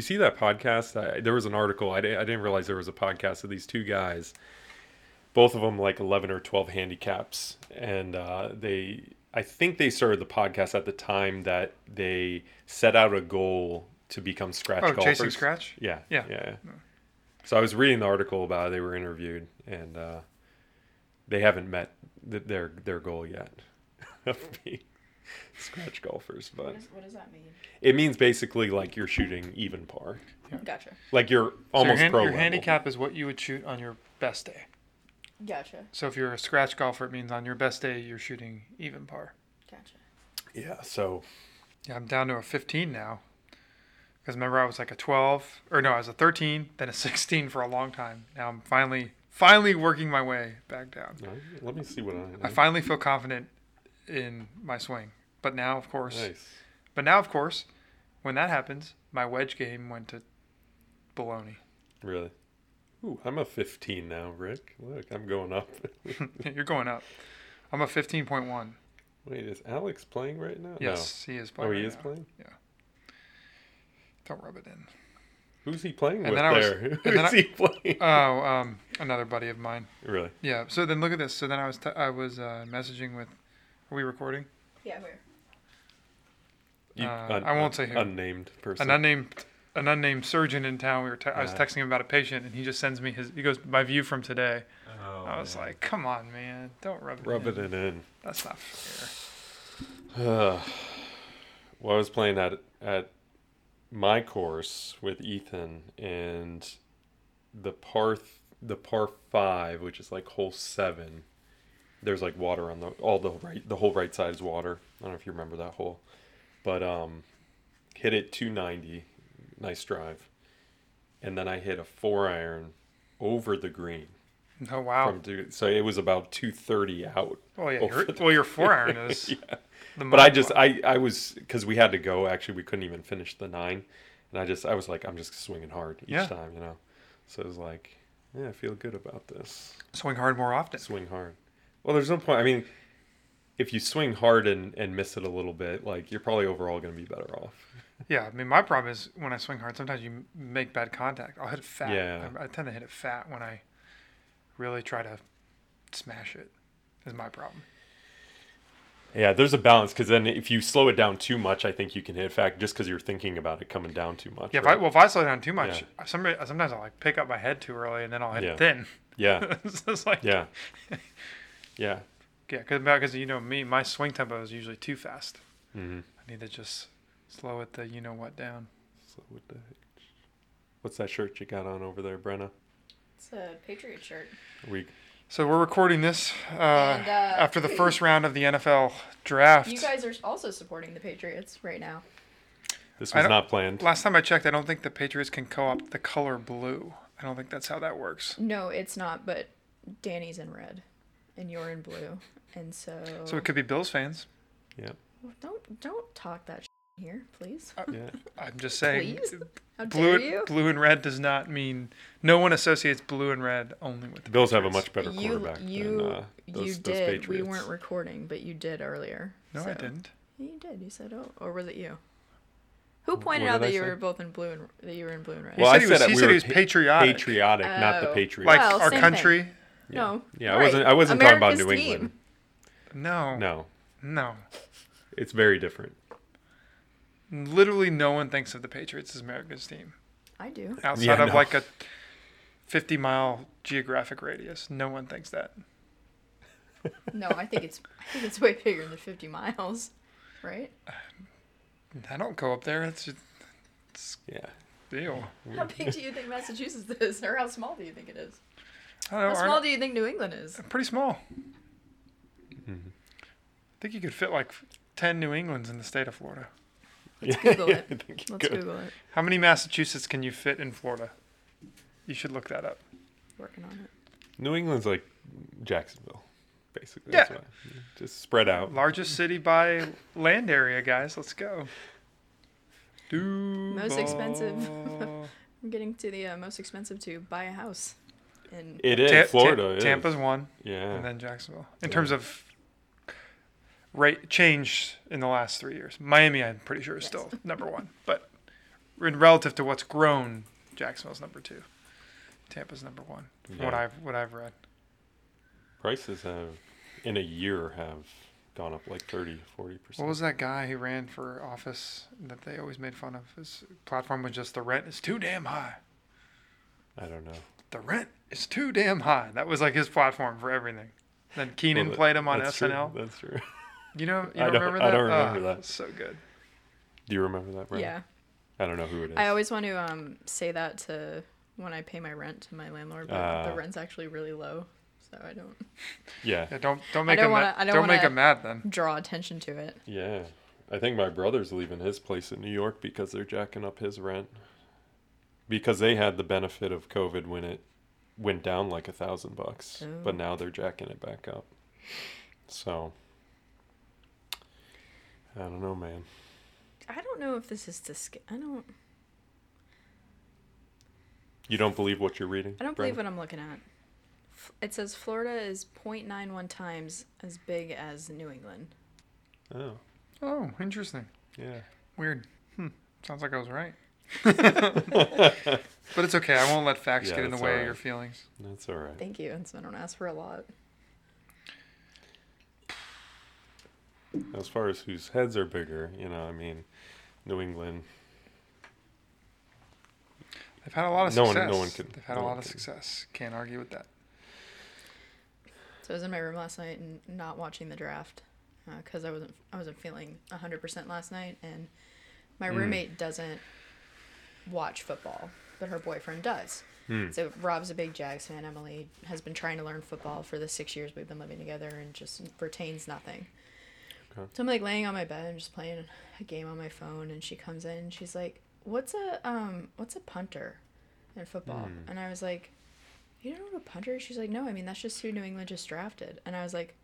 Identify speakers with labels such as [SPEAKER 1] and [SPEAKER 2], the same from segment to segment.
[SPEAKER 1] see that podcast? I, there was an article. I, di- I didn't realize there was a podcast of these two guys. Both of them like eleven or twelve handicaps, and uh, they. I think they started the podcast at the time that they set out a goal to become scratch
[SPEAKER 2] Oh,
[SPEAKER 1] golfers.
[SPEAKER 2] chasing scratch.
[SPEAKER 1] Yeah.
[SPEAKER 2] Yeah.
[SPEAKER 1] Yeah. So I was reading the article about it. They were interviewed, and uh, they haven't met th- their their goal yet of being scratch golfers.
[SPEAKER 3] What,
[SPEAKER 1] But
[SPEAKER 3] is, what does that mean?
[SPEAKER 1] it means basically like you're shooting even par,
[SPEAKER 3] Gotcha.
[SPEAKER 1] like you're
[SPEAKER 2] So
[SPEAKER 1] almost
[SPEAKER 2] your, hand-
[SPEAKER 1] pro
[SPEAKER 2] your
[SPEAKER 1] level.
[SPEAKER 2] handicap is what you would shoot on your best day.
[SPEAKER 3] Gotcha.
[SPEAKER 2] So if you're a scratch golfer, it means on your best day you're shooting even par.
[SPEAKER 3] Gotcha.
[SPEAKER 1] Yeah. So
[SPEAKER 2] Yeah, I'm down to a 15 now. Because remember, I was like a 12, or no, I was a 13, then a 16 for a long time. Now I'm finally, finally working my way back down.
[SPEAKER 1] uh, let me see what I.
[SPEAKER 2] I finally feel confident in my swing. But now, of course,
[SPEAKER 1] nice.
[SPEAKER 2] but now, of course, when that happens, my wedge game went to baloney.
[SPEAKER 1] Really. Ooh, I'm a 15 now, Rick. Look, I'm going up.
[SPEAKER 2] You're going up. I'm a 15.1.
[SPEAKER 1] Wait, is Alex playing right now?
[SPEAKER 2] Yes, he is
[SPEAKER 1] No.
[SPEAKER 2] playing.
[SPEAKER 1] oh, he
[SPEAKER 2] right
[SPEAKER 1] is
[SPEAKER 2] now.
[SPEAKER 1] playing.
[SPEAKER 2] Don't rub it in.
[SPEAKER 1] Who's he playing
[SPEAKER 2] And
[SPEAKER 1] with
[SPEAKER 2] then I was-
[SPEAKER 1] there?
[SPEAKER 2] and
[SPEAKER 1] Who's
[SPEAKER 2] then I-
[SPEAKER 1] he playing?
[SPEAKER 2] Oh, um, another buddy of mine.
[SPEAKER 1] really?
[SPEAKER 2] Yeah. So then look at this. So then I was t- I was uh, messaging with. Are we recording?
[SPEAKER 3] Yeah, where?
[SPEAKER 1] You-
[SPEAKER 2] Uh, I won't say who.
[SPEAKER 1] Unnamed person.
[SPEAKER 2] An unnamed an unnamed surgeon in town. We were te- I was
[SPEAKER 1] Yeah.
[SPEAKER 2] texting him about a patient, and he just sends me his. He goes my view from today.
[SPEAKER 1] Oh,
[SPEAKER 2] I was like, come on, man, don't rub it.
[SPEAKER 1] rub
[SPEAKER 2] in.
[SPEAKER 1] it in. in.
[SPEAKER 2] That's not fair.
[SPEAKER 1] well, I was playing at at my course with Ethan, and the par th- the par five, which is like hole seven. There's like water on the all the right the whole right side is water. I don't know if you remember that hole, but um, hit it 290, nice drive, and then I hit a four iron over the green
[SPEAKER 2] Oh wow.
[SPEAKER 1] from dude. So it was about 230 out.
[SPEAKER 2] well yeah.
[SPEAKER 1] over
[SPEAKER 2] Your, well, your four iron is. the
[SPEAKER 1] But I
[SPEAKER 2] money
[SPEAKER 1] just
[SPEAKER 2] one.
[SPEAKER 1] I I was because we had to go. Actually, we couldn't even finish the nine, and I just I was like I'm just swinging hard each
[SPEAKER 2] Yeah.
[SPEAKER 1] time, you know. So it was like, yeah, I feel good about this.
[SPEAKER 2] swing hard more often.
[SPEAKER 1] Swing hard. Well, there's no point. I mean, if you swing hard and and miss it a little bit, like you're probably overall going to be better off.
[SPEAKER 2] Yeah, I mean, my problem is when I swing hard, sometimes you m- make bad contact. I'll hit it fat.
[SPEAKER 1] Yeah.
[SPEAKER 2] I, I tend to hit it fat when I really try to smash it. Is my problem.
[SPEAKER 1] Yeah, there's a balance because then if you slow it down too much, I think you can hit fact just because you're thinking about it coming down too much.
[SPEAKER 2] Yeah, if I,
[SPEAKER 1] right?
[SPEAKER 2] well, if I slow down too much,
[SPEAKER 1] Yeah.
[SPEAKER 2] I somebody, sometimes I'll like pick up my head too early and then I'll hit
[SPEAKER 1] Yeah.
[SPEAKER 2] it thin.
[SPEAKER 1] yeah,
[SPEAKER 2] it's just like
[SPEAKER 1] yeah, yeah.
[SPEAKER 2] yeah, because you know me, my swing tempo is usually too fast.
[SPEAKER 1] Mm-hmm.
[SPEAKER 2] I need to just slow it the you know what down.
[SPEAKER 1] So what the heck? What's that shirt you got on over there, Brenna?
[SPEAKER 3] It's a Patriot shirt.
[SPEAKER 1] We
[SPEAKER 2] So we're recording this uh,
[SPEAKER 3] And, uh,
[SPEAKER 2] after the first round of the NFL draft.
[SPEAKER 3] You guys are also supporting the Patriots right now.
[SPEAKER 1] this
[SPEAKER 2] I
[SPEAKER 1] was
[SPEAKER 2] don't-
[SPEAKER 1] not planned.
[SPEAKER 2] Last time I checked, I don't think the Patriots can co-opt the color blue. I don't think that's how that works.
[SPEAKER 3] No, it's not, but Danny's in red and you're in blue. And so,
[SPEAKER 2] So it could be Bills fans.
[SPEAKER 3] don't don't talk that shit here, please.
[SPEAKER 1] Yeah.
[SPEAKER 2] I'm just saying,
[SPEAKER 3] Please? How
[SPEAKER 2] blue
[SPEAKER 3] dare you?
[SPEAKER 2] blue and red does not mean no one associates blue and red only with
[SPEAKER 1] The
[SPEAKER 2] the
[SPEAKER 1] Bills have a
[SPEAKER 2] Patriots.
[SPEAKER 1] much better
[SPEAKER 3] you
[SPEAKER 1] quarterback
[SPEAKER 3] you,
[SPEAKER 1] than uh, those,
[SPEAKER 3] you
[SPEAKER 1] those
[SPEAKER 3] did. we
[SPEAKER 1] Patriots.
[SPEAKER 3] weren't recording, but you did earlier.
[SPEAKER 2] No,
[SPEAKER 3] so-
[SPEAKER 2] I didn't.
[SPEAKER 3] Yeah, you did. You said, "Oh," or was it you? Who pointed
[SPEAKER 1] what
[SPEAKER 3] out
[SPEAKER 1] did I
[SPEAKER 3] that you
[SPEAKER 1] say?
[SPEAKER 3] were both in blue and that you were in blue and red?
[SPEAKER 2] He
[SPEAKER 1] Well, I
[SPEAKER 2] said he was-
[SPEAKER 1] said that
[SPEAKER 2] he
[SPEAKER 1] we
[SPEAKER 2] said
[SPEAKER 1] were
[SPEAKER 2] he was
[SPEAKER 1] pa-
[SPEAKER 2] patriotic.
[SPEAKER 1] patriotic, not the
[SPEAKER 3] Oh.
[SPEAKER 1] Patriots.
[SPEAKER 2] Like
[SPEAKER 3] Well,
[SPEAKER 2] our
[SPEAKER 3] same
[SPEAKER 2] country.
[SPEAKER 3] no.
[SPEAKER 1] yeah, I
[SPEAKER 3] right.
[SPEAKER 1] wasn't. I wasn't talking about New
[SPEAKER 3] America's team.
[SPEAKER 1] England.
[SPEAKER 2] No, no,
[SPEAKER 1] No, it's very different.
[SPEAKER 2] Literally, no one thinks of the Patriots as America's team
[SPEAKER 3] I do.
[SPEAKER 2] outside
[SPEAKER 1] Yeah,
[SPEAKER 2] of
[SPEAKER 1] no.
[SPEAKER 2] like a 50 mile geographic radius. No one thinks that.
[SPEAKER 3] No, I think it's I think it's way bigger than 50 miles, right?
[SPEAKER 2] I don't go up there. That's just, it's
[SPEAKER 1] Yeah,
[SPEAKER 2] deal.
[SPEAKER 3] How big do you think Massachusetts is, or how small do you think it is?
[SPEAKER 2] I don't
[SPEAKER 3] How
[SPEAKER 2] know.
[SPEAKER 3] small
[SPEAKER 2] aren't-
[SPEAKER 3] do you think New England is?
[SPEAKER 2] pretty small. I think you could fit like 10 New Englands in the state of Florida.
[SPEAKER 3] Let's Google
[SPEAKER 1] I
[SPEAKER 3] it.
[SPEAKER 1] think you
[SPEAKER 3] Let's
[SPEAKER 1] could.
[SPEAKER 3] Google it.
[SPEAKER 2] How many Massachusetts can you fit in Florida? You should look that up.
[SPEAKER 3] Working on it.
[SPEAKER 1] New England's like Jacksonville, basically.
[SPEAKER 2] Yeah.
[SPEAKER 1] That's why. just spread out.
[SPEAKER 2] Largest city by land area, guys. Let's go. Duval.
[SPEAKER 3] expensive. I'm getting to the uh, most expensive to buy a house in.
[SPEAKER 1] It
[SPEAKER 2] Ta-
[SPEAKER 1] is
[SPEAKER 2] Ta-
[SPEAKER 1] Florida. it is.
[SPEAKER 2] Tampa's one,
[SPEAKER 1] Yeah.
[SPEAKER 2] and then Jacksonville. In terms of rate change in the last three years, Miami, I'm pretty sure, is
[SPEAKER 3] Yes.
[SPEAKER 2] still number one, but in relative to what's grown, Jacksonville's number two. Tampa's number one. From what
[SPEAKER 1] Yeah.
[SPEAKER 2] I've what I've read.
[SPEAKER 1] Prices have, in a year, have gone up like 30, 40
[SPEAKER 2] What
[SPEAKER 1] percent.
[SPEAKER 2] was that guy who ran for office that they always made fun of? His platform was just the rent is too damn high.
[SPEAKER 1] I don't know.
[SPEAKER 2] The rent is too damn high. That was like his platform for everything. Then Keenan
[SPEAKER 1] Well, that-
[SPEAKER 2] played him on
[SPEAKER 1] that's
[SPEAKER 2] SNL.
[SPEAKER 1] True. That's true.
[SPEAKER 2] You know, you
[SPEAKER 1] I
[SPEAKER 2] don't,
[SPEAKER 1] don't-
[SPEAKER 2] remember that?
[SPEAKER 1] I don't
[SPEAKER 2] Ah,
[SPEAKER 1] remember that.
[SPEAKER 2] So good.
[SPEAKER 1] Do you remember that? Brandon?
[SPEAKER 3] Yeah.
[SPEAKER 1] I don't know who it is.
[SPEAKER 3] I always want to um, say that to when I pay my rent to my landlord, but
[SPEAKER 1] Ah.
[SPEAKER 3] the rent's actually really low, so I don't
[SPEAKER 1] yeah.
[SPEAKER 2] Yeah, don't don't make
[SPEAKER 3] don't
[SPEAKER 2] him
[SPEAKER 3] wanna-
[SPEAKER 2] mad.
[SPEAKER 3] I
[SPEAKER 2] Don't,
[SPEAKER 3] don't
[SPEAKER 2] make
[SPEAKER 3] wanna-
[SPEAKER 2] him mad then.
[SPEAKER 3] draw attention to it.
[SPEAKER 1] Yeah. I think my brother's leaving his place in New York because they're jacking up his rent. Because they had the benefit of COVID when it went down like a thousand bucks. But
[SPEAKER 3] Oh.
[SPEAKER 1] now they're jacking it back up. So I don't know, man.
[SPEAKER 3] I don't know if this is dis- I don't.
[SPEAKER 1] You don't believe what you're reading?
[SPEAKER 3] I don't believe
[SPEAKER 1] Brandon?
[SPEAKER 3] what I'm looking at. F- It says Florida is 0.91 times as big as New England.
[SPEAKER 1] Oh.
[SPEAKER 2] Oh, interesting.
[SPEAKER 1] Yeah.
[SPEAKER 2] Weird. Hmm. Sounds like I was right.
[SPEAKER 1] Oh,
[SPEAKER 2] but it's okay. I won't let facts
[SPEAKER 1] Yeah,
[SPEAKER 2] get in the
[SPEAKER 1] that's
[SPEAKER 2] way
[SPEAKER 1] all
[SPEAKER 2] of your
[SPEAKER 1] right.
[SPEAKER 2] feelings.
[SPEAKER 1] That's all right.
[SPEAKER 3] Thank you, and so I don't ask for a lot.
[SPEAKER 1] As far as whose heads are bigger, you know, I mean, New England.
[SPEAKER 2] They've had a lot of
[SPEAKER 1] No one-
[SPEAKER 2] success.
[SPEAKER 1] no one can-
[SPEAKER 2] They've had
[SPEAKER 1] no
[SPEAKER 2] a
[SPEAKER 1] one
[SPEAKER 2] lot of
[SPEAKER 1] can-
[SPEAKER 2] success. Can't argue with that.
[SPEAKER 3] So I was in my room last night and not watching the draft because I wasn't I wasn't feeling 100% last night, and my
[SPEAKER 1] Mm.
[SPEAKER 3] roommate doesn't watch football, but her boyfriend does.
[SPEAKER 1] Hmm.
[SPEAKER 3] So Rob's a big Jags fan. Emily has been trying to learn football for the six years we've been living together and just retains nothing.
[SPEAKER 1] Okay.
[SPEAKER 3] So I'm like laying on my bed and just playing a game on my phone, and she comes in and she's like, "What's a um What's a punter in football?"
[SPEAKER 1] Hmm.
[SPEAKER 3] And I was like, "You don't know what a punter?" is?" She's like, "No, I mean that's just who New England just drafted." And I was like,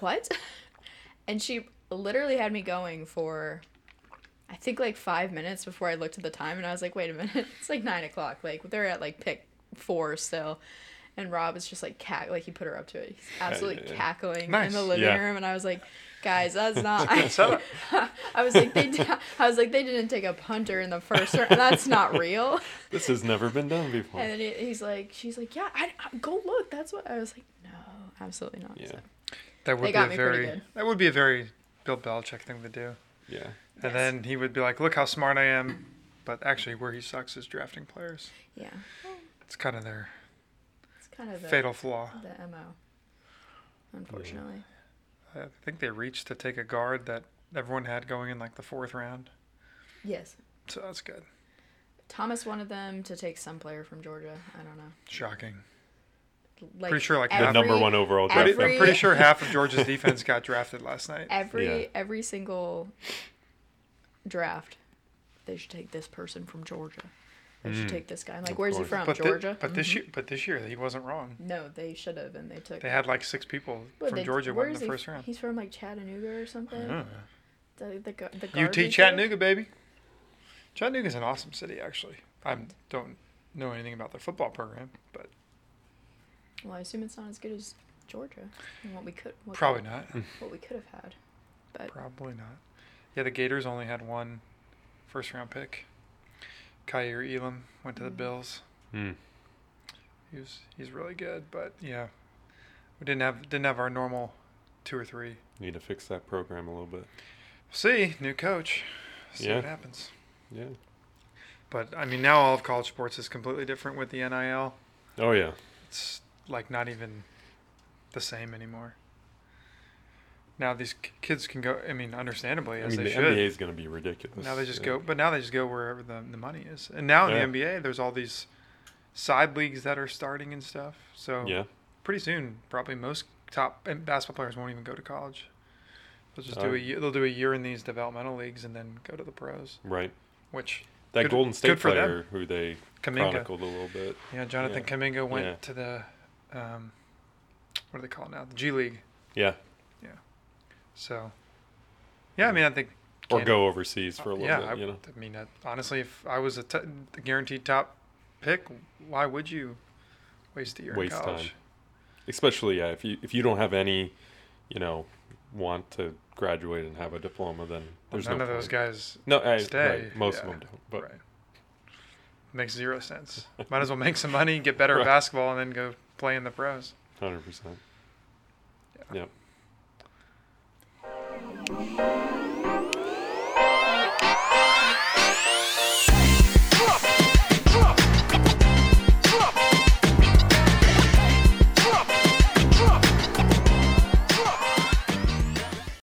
[SPEAKER 3] "What?" and she literally had me going for I think like five minutes before I looked at the time and I was like, wait a minute, it's like nine o'clock. Like they're at like pick four still. And Rob is just like cack like he put her up to it. He's absolutely
[SPEAKER 1] yeah, yeah.
[SPEAKER 3] cackling in
[SPEAKER 2] Nice.
[SPEAKER 3] the living
[SPEAKER 1] Yeah.
[SPEAKER 3] room and I was like, guys, that's not I, was like they di- I was like they didn't take a punter in the first round. That's not real.
[SPEAKER 1] This has never been done before.
[SPEAKER 3] And then he, he's like she's like, Yeah, I, I- go look, that's what I was like, No, absolutely not.
[SPEAKER 1] Yeah.
[SPEAKER 3] So,
[SPEAKER 2] That would
[SPEAKER 3] They got
[SPEAKER 2] be a
[SPEAKER 3] me pretty
[SPEAKER 2] very
[SPEAKER 3] good.
[SPEAKER 2] that would be a very Bill Belichick thing to do.
[SPEAKER 1] yeah.
[SPEAKER 2] And
[SPEAKER 3] Yes.
[SPEAKER 2] then he would be like, "Look how smart I am," but actually, where he sucks is drafting players.
[SPEAKER 3] yeah.
[SPEAKER 2] It's kind of their
[SPEAKER 3] It's kind of the,
[SPEAKER 2] fatal flaw.
[SPEAKER 3] the MO. Unfortunately.
[SPEAKER 2] I think they reached to take a guard that everyone had going in like the fourth round,
[SPEAKER 3] Yes.
[SPEAKER 2] so that's good.
[SPEAKER 3] Thomas wanted them to take some player from Georgia. I don't know.
[SPEAKER 2] Shocking.
[SPEAKER 3] Like
[SPEAKER 2] Pretty sure, like,
[SPEAKER 1] The
[SPEAKER 2] Every-
[SPEAKER 1] number one overall draft
[SPEAKER 2] Pretty-
[SPEAKER 1] pick.
[SPEAKER 2] I'm pretty sure half of Georgia's defense got drafted last night.
[SPEAKER 3] Every
[SPEAKER 1] Yeah.
[SPEAKER 3] every single draft, they should take this person from Georgia. They should
[SPEAKER 1] Mm.
[SPEAKER 3] take this guy. I'm like,
[SPEAKER 1] Of
[SPEAKER 3] where's
[SPEAKER 1] course.
[SPEAKER 3] he from?
[SPEAKER 2] But thi-
[SPEAKER 3] Georgia.
[SPEAKER 2] but this
[SPEAKER 3] Mhm.
[SPEAKER 2] year, but this year he wasn't wrong.
[SPEAKER 3] no, they should have, and they took.
[SPEAKER 2] They had like six people
[SPEAKER 3] What,
[SPEAKER 2] from
[SPEAKER 3] they-
[SPEAKER 2] Georgia
[SPEAKER 3] where
[SPEAKER 2] went in
[SPEAKER 3] is
[SPEAKER 2] the
[SPEAKER 3] he-
[SPEAKER 2] first round.
[SPEAKER 3] He's from like Chattanooga or something. The, the, gu- the guard they
[SPEAKER 2] UT
[SPEAKER 3] took?
[SPEAKER 2] Chattanooga, baby. Chattanooga's an awesome city, actually. I don't know anything about their football program, but
[SPEAKER 3] Well, I assume it's not as good as Georgia, and what we could what,
[SPEAKER 2] probably not.
[SPEAKER 3] what we could have had.
[SPEAKER 2] Probably not. Yeah, the Gators only had one first round pick. Kyir Elam went to the
[SPEAKER 3] Mm.
[SPEAKER 2] Bills.
[SPEAKER 1] Hmm.
[SPEAKER 2] He was he's really good, but yeah. We didn't have didn't have our normal two or three.
[SPEAKER 1] Need to fix that program a little bit.
[SPEAKER 2] We'll see, new coach. See
[SPEAKER 1] Yeah.
[SPEAKER 2] what happens.
[SPEAKER 1] Yeah.
[SPEAKER 2] But I mean now all of college sports is completely different with the NIL.
[SPEAKER 1] Oh yeah.
[SPEAKER 2] it's like not even the same anymore. Now these k- kids can go. I mean, understandably,
[SPEAKER 1] I
[SPEAKER 2] as
[SPEAKER 1] mean, the
[SPEAKER 2] they should.
[SPEAKER 1] NBA is going to be ridiculous.
[SPEAKER 2] now they just
[SPEAKER 1] Yeah.
[SPEAKER 2] go, but now they just go wherever the, the money is. And now in
[SPEAKER 1] uh, Yeah.
[SPEAKER 2] the NBA, there's all these side leagues that are starting and stuff. So
[SPEAKER 1] Yeah.
[SPEAKER 2] pretty soon, probably most top and basketball players won't even go to college. They'll just
[SPEAKER 1] Oh.
[SPEAKER 2] do a year, they'll do a year in these developmental leagues and then go to the pros.
[SPEAKER 1] Right.
[SPEAKER 2] Which
[SPEAKER 1] That
[SPEAKER 2] Good-
[SPEAKER 1] Golden State
[SPEAKER 2] good for them.
[SPEAKER 1] player who they
[SPEAKER 2] Kaminga,
[SPEAKER 1] chronicled a little bit.
[SPEAKER 2] yeah, Jonathan
[SPEAKER 1] Yeah.
[SPEAKER 2] Kaminga went
[SPEAKER 1] Yeah.
[SPEAKER 2] to the um, what do they call it now? The G League.
[SPEAKER 1] Yeah.
[SPEAKER 2] So, yeah, I mean, I think
[SPEAKER 1] Or
[SPEAKER 2] Can-
[SPEAKER 1] go overseas for a little
[SPEAKER 2] Oh, yeah,
[SPEAKER 1] bit.
[SPEAKER 2] I,
[SPEAKER 1] you know.
[SPEAKER 2] I mean, that, honestly, if I was a t- guaranteed top pick, why would you waste a year
[SPEAKER 1] Waste
[SPEAKER 2] in college?
[SPEAKER 1] time. Especially yeah, if you if you don't have any, you know, want to graduate and have a diploma, then there's
[SPEAKER 2] None
[SPEAKER 1] no
[SPEAKER 2] of those
[SPEAKER 1] point.
[SPEAKER 2] guys
[SPEAKER 1] No, I,
[SPEAKER 2] stay.
[SPEAKER 1] right, most of
[SPEAKER 2] Yeah.
[SPEAKER 1] them don't. But
[SPEAKER 2] right. Makes zero sense. Might as well make some money, get better
[SPEAKER 1] Right.
[SPEAKER 2] at basketball, and then go play in the pros.
[SPEAKER 1] hundred percent. Yep.